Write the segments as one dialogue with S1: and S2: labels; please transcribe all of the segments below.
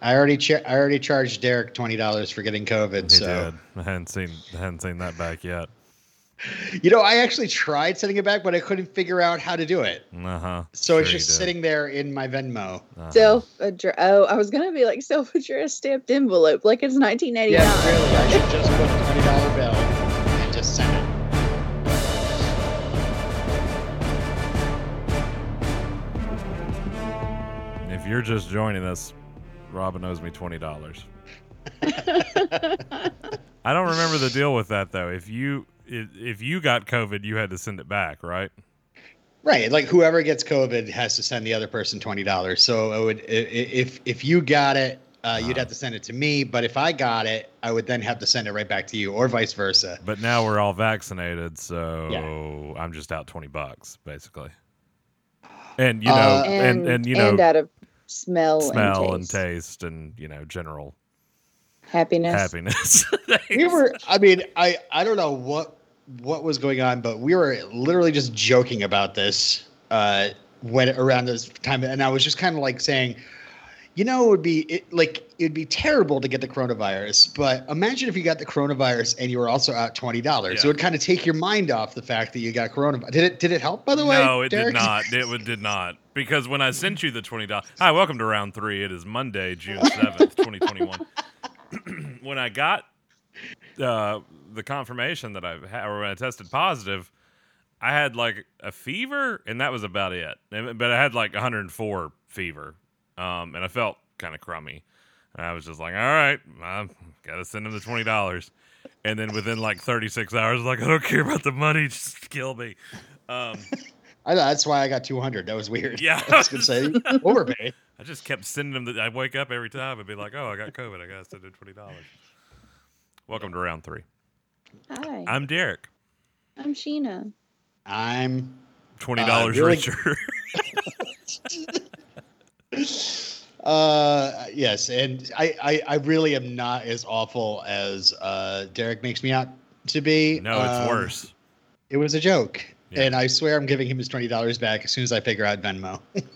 S1: I already cha- I already charged Derek twenty dollars for getting COVID.
S2: He
S1: so
S2: did. I hadn't seen I hadn't seen that back yet.
S1: you know, I actually tried sending it back, but I couldn't figure out how to do it.
S2: Uh huh.
S1: So it's just sitting there in my Venmo.
S2: Uh-huh.
S3: Self address. Oh, I was gonna be like self addressed stamped envelope, like it's 1989.
S1: Yeah, really, I should just put a twenty dollar bill and just send it.
S2: If you're just joining us, Robin owes me twenty dollars. I don't remember the deal with that though. If you if, if you got COVID, you had to send it back, right?
S1: Right, like whoever gets COVID has to send the other person twenty dollars. So it would i- i- if if you got it, uh, you'd
S2: Uh-huh.
S1: have to send it to me. But if I got it, I would then have to send it right back to you, or vice versa.
S2: But now we're all vaccinated, so I'm just out twenty bucks basically. And you know,
S1: Uh,
S2: and, and you know,
S3: out of smell,
S2: smell
S3: and taste,
S2: and you know, general
S3: happiness.
S2: happiness.
S1: We were, I mean, I I don't know what what was going on, but we were literally just joking about this uh, when around this time, and I was just kind of like saying. You know, it would be it, like it'd be terrible to get the coronavirus, but imagine if you got the coronavirus and you were also out twenty dollars. It
S2: Yeah.
S1: would kind of take your mind off the fact that you got coronavirus. Did it? Did it help? By the way,
S2: no, it
S1: Derek?
S2: did not. It would, did not. Because when I sent you the twenty dollars, hi, welcome to round three. It is Monday, June seventh, twenty twenty one. When I got uh, the confirmation that I've had, or when I tested positive, I had like a fever, and that was about it. And- But I had like 104 fever, um, and I felt kind of crummy. And I was just like, all right, I gotta send him the twenty dollars. And then within like 36 hours, I was like I don't care about the money, just kill me. Um,
S1: I know that's why I got two hundred. That was weird.
S2: Yeah.
S1: I was gonna say overpay.
S2: I just kept sending them. The, I wake up every time and be like, "Oh, I got COVID. I gotta send in twenty dollars." Welcome to round three.
S3: Hi, I'm,
S2: I'm Derek.
S3: Sheena.
S1: I'm.
S2: Twenty dollars
S1: really-
S2: richer.
S1: Uh, yes, and I, I I really am not as awful as uh Derek makes me out to be.
S2: no, it's
S1: Um,
S2: worse.
S1: It was a joke,
S2: Yeah.
S1: and I swear I'm giving him his twenty dollars back as soon as I figure out Venmo.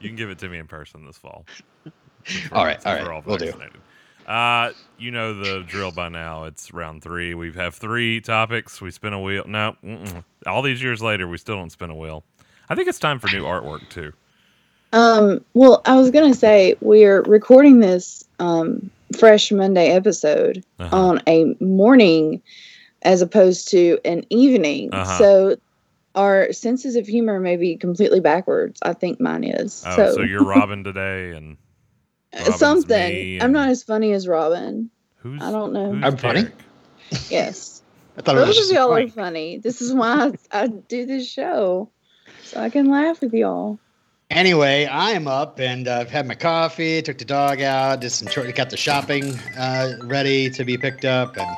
S2: You can give it to me in person this fall.
S1: All right,
S2: Since
S1: all right,
S2: we're
S1: will do.
S2: vaccinated. Uh, you know the drill by now. It's round three. We have three topics. We spin a wheel. No, mm-mm. all these years later, we still don't spin a wheel. I think it's time for new artwork too.
S3: Um, well, I was gonna say we're recording this um fresh Monday episode
S2: Uh-huh.
S3: on a morning as opposed to an evening,
S2: Uh-huh.
S3: so our senses of humor may be completely backwards. I think mine is.
S2: oh,
S3: so, uh,
S2: so you're Robin today, and Robin's
S3: something.
S2: me
S3: I'm not
S2: and-
S3: as funny as Robin.
S2: who's
S3: I don't know.
S2: who's
S1: I'm funny?
S2: Derek?
S3: Yes.
S1: I thought it was
S3: Those
S1: just
S3: of
S1: a
S3: y'all are
S1: prank.
S3: funny. This is why I, I do this show, so I can laugh with y'all.
S1: Anyway, I'm up and uh, I've had my coffee, took the dog out, did some chores, got the shopping uh, ready to be picked up, and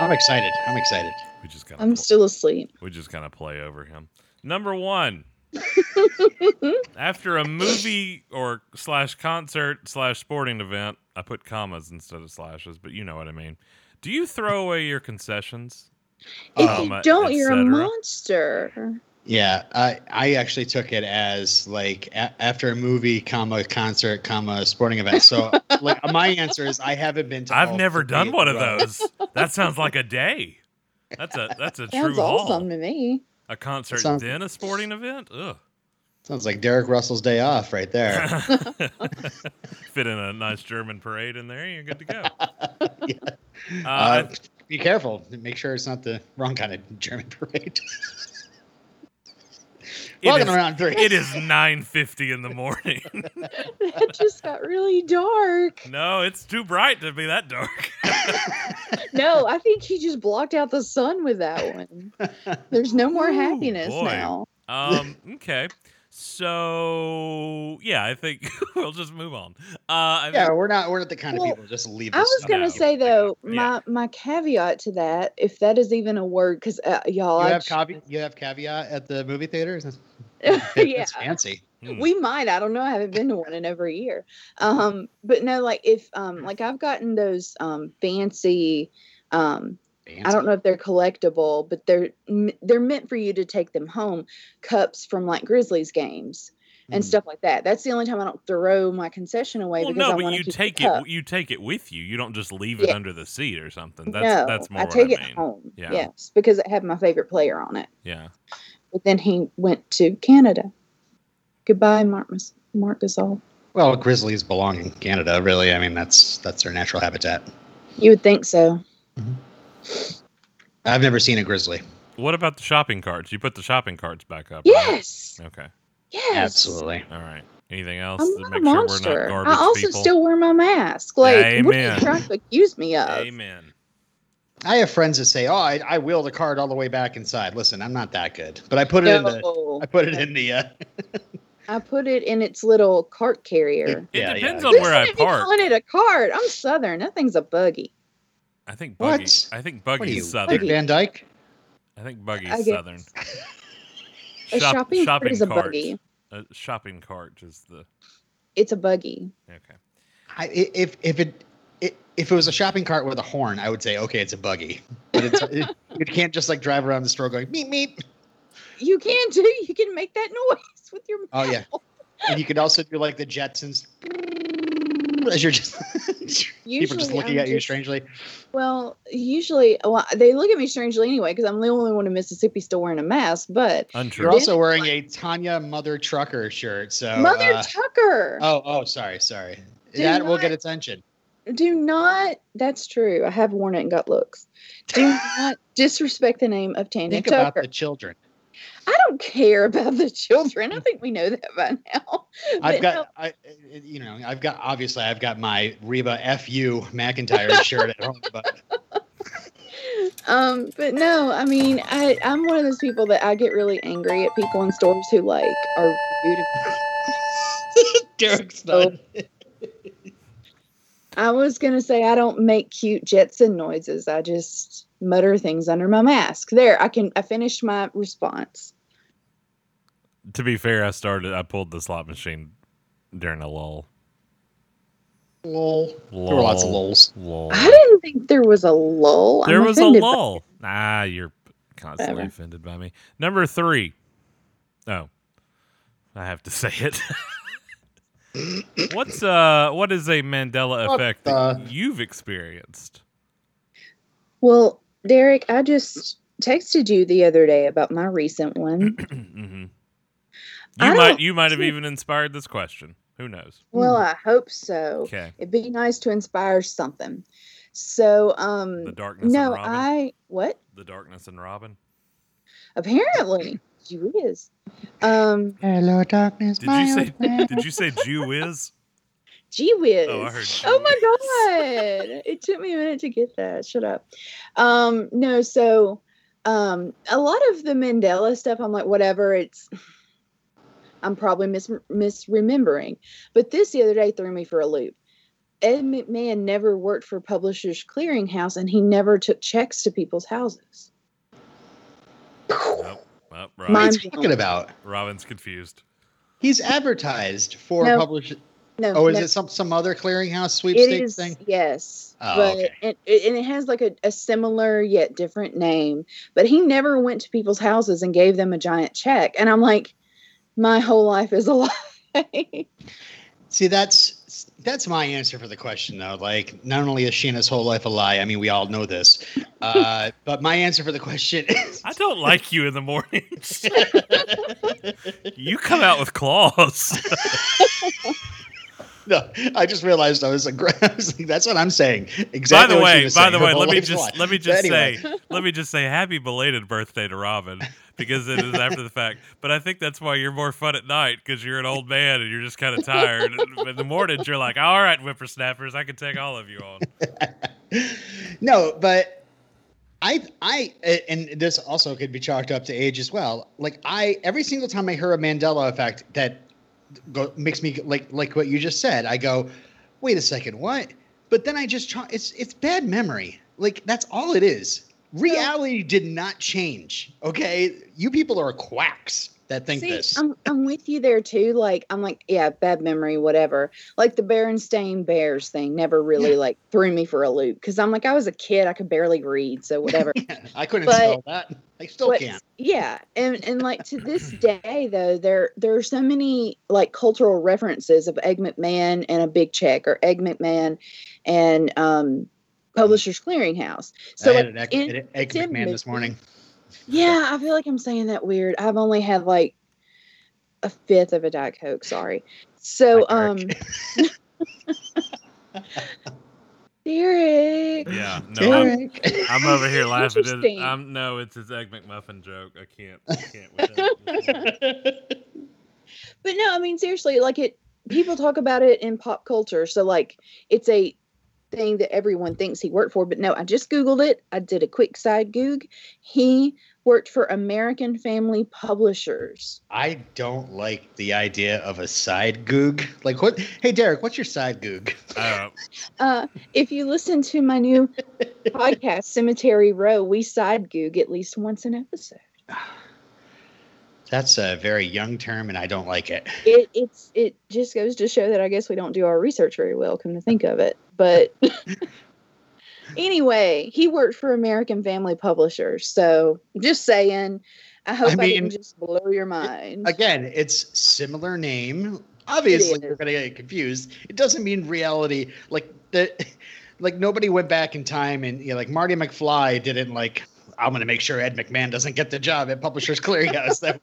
S1: I'm excited. I'm excited.
S2: We just got.
S3: I'm still asleep.
S2: We just kind of play over him. Number one. After a movie or slash concert slash sporting event, I put commas instead of slashes, but you know what I mean. Do you throw away your concessions?
S3: If
S2: Um,
S3: you don't, you're a
S2: etc.
S3: monster.
S1: Yeah, I I actually took it as like a- after a movie, comma concert, comma sporting event. So like my answer is I haven't been to.
S2: I've
S1: all
S2: never
S1: three
S2: done
S1: in
S2: one
S1: a
S2: of
S1: row.
S2: those. That sounds like a day. That's a that's a true
S3: Sounds awesome
S2: haul.
S3: to me.
S2: A concert
S1: Sounds-
S2: then a sporting event. Ugh.
S1: Sounds like Derek Russell's day off right
S2: Uh,
S1: there.
S2: Fit in a nice German parade in there, you're good to go.
S1: Yeah.
S2: Uh, I
S1: Uh, be careful. Make sure it's not the wrong kind of German parade.
S2: It
S1: Welcome
S2: is-
S1: to round three.
S2: it is 9:50 in the morning.
S3: That just got really dark.
S2: No, it's too bright to be that dark.
S3: No, I think he just blocked out the sun with that one. There's no more
S2: Ooh,
S3: happiness
S2: boy.
S3: now.
S2: Um, okay. So yeah, I think we'll just move on. Uh, I
S1: Yeah,
S2: think-
S1: we're not. We're not the kind
S3: Well,
S1: of people who just leave.
S3: I
S1: this
S3: was
S1: stuff
S3: gonna
S2: No.
S1: out.
S3: say though,
S2: Yeah.
S3: my my caveat to that, if that is even a word, because uh, y'all,
S1: You
S3: I
S1: have
S3: j-
S1: caveat. You have caveat at the movie theaters. That's,
S3: yeah,
S1: that's fancy.
S2: hmm,
S3: we might i don't know i haven't been to one in over a year um but no like if
S2: Hmm.
S3: um like i've gotten those um fancy um i don't know if they're collectible but they're m- they're meant for you to take them home cups from like grizzlies games and
S1: Hmm.
S3: stuff like that. That's the only time I don't throw my concession away
S2: Hmm. Well,
S3: because
S2: no,
S3: I
S2: but
S3: want
S2: you
S3: to keep
S2: take
S3: the
S2: it.
S3: cup.
S2: You take it with you. You don't just leave it
S3: Yeah.
S2: under the seat or something. That's
S3: no,
S2: that's more.
S3: I
S2: what
S3: take
S2: I
S3: it
S2: mean.
S3: home.
S2: Yeah.
S3: Yes, because it had my favorite player on it.
S2: Yeah.
S3: But then he went to Canada. Goodbye, Mark, Mas- Mark Gasol.
S1: Well, grizzlies belong in Canada, really. I mean, that's that's their natural habitat.
S3: You would think so.
S1: I've never seen a grizzly.
S2: What about the shopping carts? You put the shopping carts back up. right?
S3: Yes.
S2: Okay.
S3: Yes.
S1: Absolutely.
S2: All right. Anything else?
S3: I'm
S2: to
S3: not a
S2: make
S3: monster.
S2: sure we're not garbage
S3: I also
S2: people?
S3: still wear my mask. Like, what are
S2: Amen.
S3: you trying to accuse me of?
S2: Amen.
S1: I have friends that say, "Oh, I, I wheel the cart all the way back inside." Listen, I'm not that good, but I put it in the
S3: No.
S1: I put it in the uh,
S3: I put it in its little cart carrier.
S2: It
S1: Yeah,
S2: depends
S1: yeah.
S2: on where
S3: Listen,
S2: I
S3: if you
S2: park.
S3: calling it a cart. I'm southern. That thing's a buggy.
S2: I think
S1: What?
S2: buggy. I think
S1: what are you,
S2: buggy's southern.
S1: Dick Van Dyke?
S2: I think buggy's
S3: I guess.
S2: southern.
S3: A
S2: Shop-
S3: shopping,
S2: shopping
S3: cart is a
S2: cart.
S3: buggy.
S2: A shopping cart is the
S3: It's a buggy.
S2: okay.
S1: I, i- if if it i- if it was a shopping cart with a horn, I would say, "Okay, it's a buggy." But it's, it, you can't just like drive around the store going meep meep.
S3: You can too. You can make that noise with your mouth.
S1: Oh, yeah. And you could also do like the Jetsons as you're just people are
S3: Usually,
S1: just looking
S3: I'm
S1: at you
S3: just-
S1: strangely.
S3: Well, usually, well, they look at me strangely anyway because I'm the only one in Mississippi still wearing a mask. But
S1: You're
S2: Untrue.
S3: all-
S1: also wearing a Tanya Mother Trucker shirt, so
S3: Mother
S1: uh,
S3: Tucker,
S1: Oh, oh, sorry, sorry.
S3: Do
S1: that will
S3: not-
S1: get attention.
S3: do not. That's true. I have worn it and got looks. Do not disrespect the name of Tanya
S1: Think about
S3: Tucker.
S1: the children.
S3: I don't care about the children. I think we know that by now.
S1: I've
S3: But
S1: got,
S3: no,
S1: I, I- you know, I've got obviously I've got my Reba FU McIntyre shirt at home, but
S3: um but no i mean i i'm one of those people that i get really angry at people in stores who like are rude
S1: Derek's done.
S3: i was gonna say i don't make cute jetson noises i just mutter things under my mask there i can i finished my response
S2: To be fair, I started. I pulled the slot machine during a lull.
S1: Lol.
S2: lull
S1: There were lots of lols.
S2: Lull.
S3: i didn't think there was a lull
S2: There
S3: I'm
S2: was a
S3: offended by-
S2: lull. Ah, you're constantly
S3: Whatever.
S2: offended by me. Number three. Oh, I have to say it. What's uh? What is a Mandela
S1: What
S2: effect
S1: the-
S2: that you've experienced?
S3: well derek i just texted you the other day about my recent one
S2: hmm You
S3: I
S2: might
S3: don't
S2: you might have
S3: see-
S2: even inspired this question. Who knows?
S3: well i hope so
S2: Okay,
S3: it'd be nice to inspire something so
S2: the
S3: um
S2: darkness and
S3: no
S2: Robin.
S3: i what
S2: The darkness and Robin.
S3: apparently you is um
S1: Hello, darkness.
S2: Did you say? Did you say Jew is?
S3: gee whiz
S2: Oh, I heard. Jew
S3: Oh
S2: is.
S3: my god! It took me a minute to get that. Shut up. Um, no, so um, a lot of the Mandela stuff, I'm like, whatever. It's I'm probably mis- misremembering, but this the other day threw me for a loop. Ed McMahon never worked for Publishers Clearinghouse, and he never took checks to people's houses.
S2: Nope. Oh,
S1: What are
S2: Robin,
S3: Mine-
S1: you talking about?
S2: Robin's confused.
S1: He's advertised for
S3: No.
S1: publish.
S3: No,
S1: Oh, is
S3: no.
S1: it some some other clearinghouse
S3: It
S1: sweepstakes
S3: is
S1: thing?
S3: yes,
S1: Oh,
S3: but
S1: okay.
S3: and, and it has like a, a similar yet different name. But he never went to people's houses and gave them a giant check, and I'm like, my whole life is a lie.
S1: See, that's that's my answer for the question though. Like, not only is Sheena's whole life a lie. I mean, we all know this. Uh, but my answer for the question is
S2: I don't like you in the mornings. you come out with claws.
S1: no. I just realized I was like, I was like, that's what I'm saying.
S2: by
S1: Exactly.
S2: the
S1: what
S2: way,
S1: Sheena
S2: by
S1: said.
S2: the
S1: Her
S2: way,
S1: whole
S2: let me
S1: life's a lie.
S2: just let me
S1: But
S2: just
S1: anyway.
S2: say let me just say happy belated birthday to Robin because it is after the fact. But I think that's why you're more fun at night because you're an old man and you're just kind of tired. And in the mornings, you're like, all right, whippersnappers, I can take all of you on.
S1: no, but I I and this also could be chalked up to age as well. Like I every single time I hear a Mandela effect that go, makes me like like what you just said, I go, "Wait a second, what?" But then I just cha- it's it's bad memory. Like that's all it is. Reality did not change. Okay? You people are quacks. that think
S3: See, um,
S1: this.
S3: I'm I'm with you there too. Like I'm like, yeah, bad memory, whatever. Like the Berenstain Bears thing never really like threw me for a loop because I'm like I was a kid, I could barely read, so whatever.
S1: I couldn't
S3: but-
S1: spell that. I still
S3: But-
S1: can't.
S3: Yeah, and and like to this day though, there there are so many like cultural references of Egg McMahon and a Big Check or Egg McMahon and um, Publishers Clearinghouse. So
S1: I
S3: like,
S1: had an egg,
S3: in-
S1: an egg
S3: it's in
S1: McMahon this
S3: Mickey.
S1: morning.
S3: yeah, I feel like I'm saying that weird. I've only had like a fifth of a Diet Coke. Sorry. So
S1: Hi,
S3: um, Derek.
S2: Yeah, no, I'm,
S1: Derek.
S2: I'm over here laughing. at it.
S3: Interesting.
S2: I'm no, it's his egg McMuffin joke. I can't, I can't. With that.
S3: But no, I mean seriously, like it people talk about it in pop culture. So like it's a thing that everyone thinks he worked for, but no, I just googled it. I did a quick side goog. He worked for American Family Publishers.
S1: I don't like the idea of a side goog. Like what? Hey, Derek, what's your side goog?
S2: Uh,
S3: Uh if you listen to my new podcast Cemetery Row, we side goog at least once an episode.
S1: That's a very young term, and I don't like it.
S3: It it's it just goes to show that I guess we don't do our research very well, come to think of it. But anyway, he worked for American Family Publishers, so just saying. I hope I,
S1: mean-
S3: didn't just blow your mind.
S1: Again, it's similar name. Obviously,
S3: is.
S1: you're gonna get confused. It doesn't mean reality. Like the, like nobody went back in time and you know, like Marty McFly didn't like. I'm gonna make sure Ed McMahon doesn't get the job at Publishers Clearinghouse. that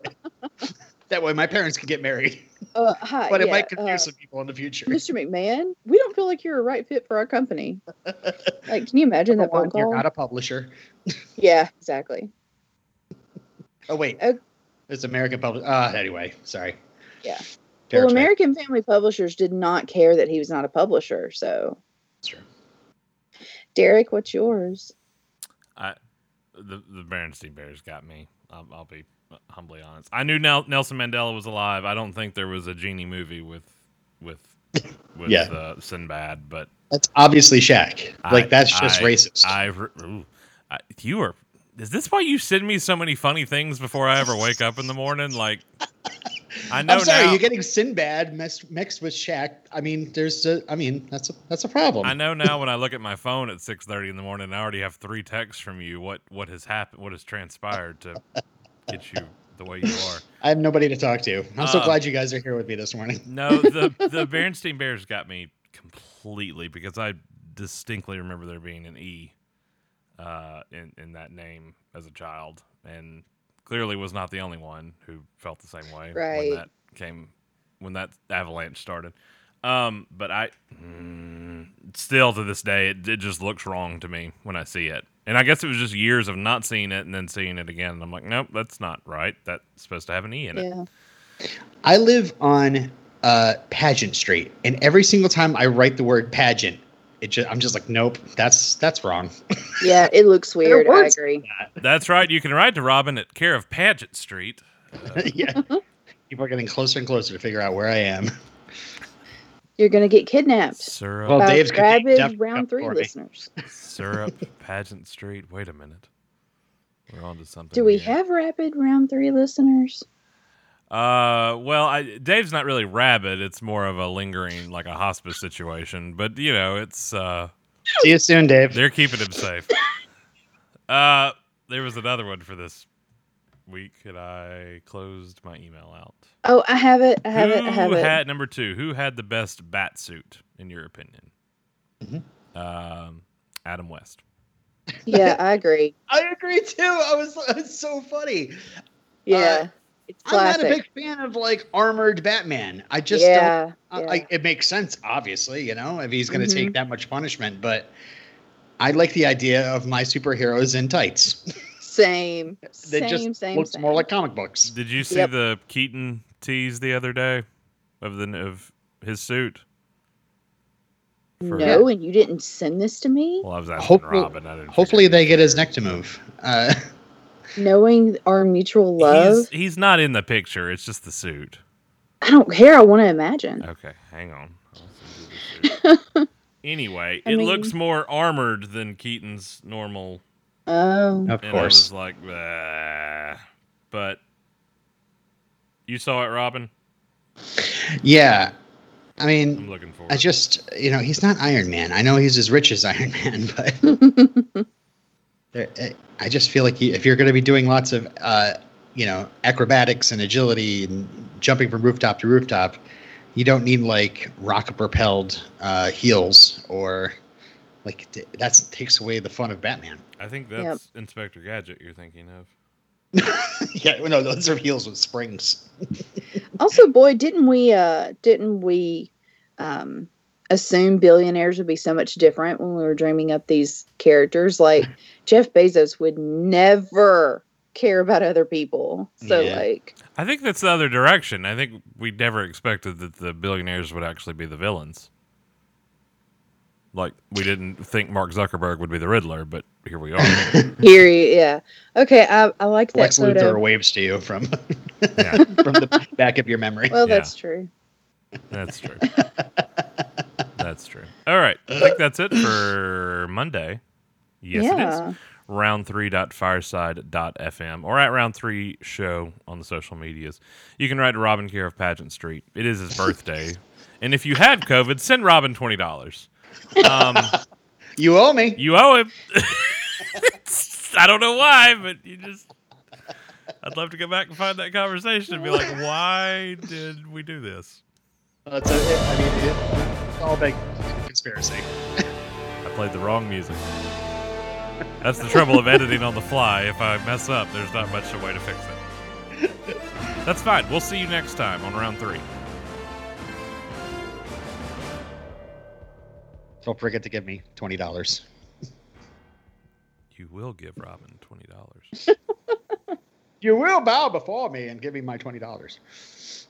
S1: way, that way, my parents can get married.
S3: Uh, hi,
S1: But it
S3: yeah,
S1: might confuse
S3: uh,
S1: some people in the future.
S3: Mr. McMahon, we don't feel like you're a right fit for our company. Like, can you imagine that
S1: For one,
S3: phone
S1: you're
S3: call?
S1: not a publisher.
S3: yeah, exactly.
S1: Oh wait,
S3: Oh.
S1: it's American public. Uh, anyway, sorry.
S3: Yeah.
S1: Derek's
S3: well,
S1: right.
S3: American Family Publishers did not care that he was not a publisher. So,
S1: That's true.
S3: Derek, what's yours?
S2: I, the the Berenstain Bears got me. I'll, I'll be humbly honest. I knew Nel- Nelson Mandela was alive. I don't think there was a genie movie with with with
S1: Yeah.
S2: uh, Sinbad, but
S1: That's obviously Shaq. Like
S2: I-
S1: that's just
S2: I-
S1: racist.
S2: I, re- ooh, I you are. Is this why you send me so many funny things before I ever wake up in the morning? Like, I know
S1: I'm sorry,
S2: now.
S1: you're getting Sinbad mixed, mixed with Shaq. I mean, there's a, I mean, that's a that's a problem.
S2: I know now when I look at my phone at 6:30 in the morning, I already have three texts from you. What what has happened? What has transpired to get you the way you are?
S1: I have nobody to talk to. I'm so
S2: Um,
S1: glad you guys are here with me this morning.
S2: No, the the Berenstain Bears got me completely because I distinctly remember there being an E uh, in in that name as a child, and clearly was not the only one who felt the same way when
S3: Right.
S2: that came when that avalanche started. Um, but I mm, still to this day it, it just looks wrong to me when I see it. And I guess it was just years of not seeing it and then seeing it again. And I'm like, nope, that's not right. That's supposed to have an E in it.
S3: Yeah.
S1: I live on uh, Pageant Street, and every single time I write the word pageant, it just, I'm just like, nope, that's that's wrong.
S3: Yeah, it looks weird. I
S1: words-
S3: agree.
S2: That's right. You can ride to Robin at care of Paget Street.
S1: yeah,
S3: Uh-huh.
S1: people are getting closer and closer to figure out where I am.
S3: You're going to get kidnapped
S2: Syrup,
S1: Well,
S3: by
S1: Dave's gonna be
S3: rabid
S1: definitely up
S3: round three
S1: for me.
S3: listeners.
S2: syrup, Pageant Street. Wait a minute. We're on to something.
S3: Do we
S2: here.
S3: have rapid round three listeners?
S2: Uh, well, I, Dave's not really rabid. It's more of a lingering, like a hospice situation. But you know, it's uh,
S1: See you soon, Dave.
S2: they're keeping him safe. Uh, there was another one for this week, and I closed my email out.
S3: Oh, I have it. I have
S2: who
S3: it. I have it.
S2: had number two? Who had the best bat suit in your opinion?
S1: Mhm.
S3: Mm-hmm.
S2: Um, Adam West.
S3: Yeah, I agree.
S1: I agree too. I was it's so funny.
S3: Yeah. it's classic.
S1: I'm not a big fan of like armored Batman. I just don't.
S3: yeah.
S1: I,
S3: yeah.
S1: I, it makes sense, obviously, you know, if he's going to take
S3: Mhm.
S1: that much punishment. But I like the idea of my superheroes in tights.
S3: same.
S1: They
S3: Same,
S1: just
S3: same,
S1: looks
S3: same.
S1: more like comic books.
S2: Did you see
S3: Yep.
S2: the Keaton tease the other day of the of his suit? For-
S3: No, and you didn't send this to me?
S2: Well, I was asking
S1: Hopefully-
S2: Robin. I didn't
S1: Hopefully,
S2: figure
S1: they
S2: it
S1: get his
S2: out.
S1: neck to move. Uh,
S3: Knowing our mutual love?
S2: He's, he's not in the picture. It's just the suit.
S3: I don't care. I want to imagine.
S2: Okay, hang on. I'll send you the suit. anyway,
S3: I
S2: it
S3: mean-
S2: looks more armored than Keaton's normal.
S3: Oh.
S1: of
S2: And I
S1: course.
S2: was like, "Bleh." but You saw it, Robin.
S1: Yeah. I mean,
S2: I'm looking for
S1: I
S2: it.
S1: just, you know, he's not Iron Man. I know he's as rich as Iron Man, but there- I- I just feel like he, if you're going to be doing lots of, uh, you know, acrobatics and agility and jumping from rooftop to rooftop, you don't need like rocket propelled uh, heels or like that takes away the fun of Batman.
S2: I think
S3: Yep.
S2: that's Inspector Gadget you're thinking of.
S1: yeah, no, those are heels with springs.
S3: also, boy, didn't we uh didn't we um assume billionaires would be so much different when we were dreaming up these characters? Like Jeff Bezos would never care about other people. So
S1: Yeah.
S3: like
S2: I think that's the other direction. I think we never expected that the billionaires would actually be the villains. Like we didn't think Mark Zuckerberg would be the Riddler, but here we are.
S3: here yeah. Okay, I, I like that
S1: Lex
S3: photo.
S1: Luthor waves to you from
S2: yeah,
S1: from the back of your memory.
S3: Well,
S2: Yeah.
S3: that's true.
S2: that's true. That's true. All right, I think that's it for Monday. Yes, it is. round3.fireside.fm or at round three show on the social medias. You can write to Robin here of Pageant Street. It is his birthday. and if you had COVID, send Robin $20. Um,
S1: you owe me.
S2: you owe him. I don't know why, but you just. I'd love to go back and find that conversation and be like, why did we do this?
S1: That's a, Uh, I mean, it, it's all big conspiracy.
S2: I played the wrong music. That's the trouble of editing on the fly. If I mess up, there's not much of a way to fix it. That's fine. We'll see you next time on round three.
S1: Don't forget to give me twenty dollars.
S2: You will give Robin twenty dollars.
S1: You will bow before me and give me my twenty dollars.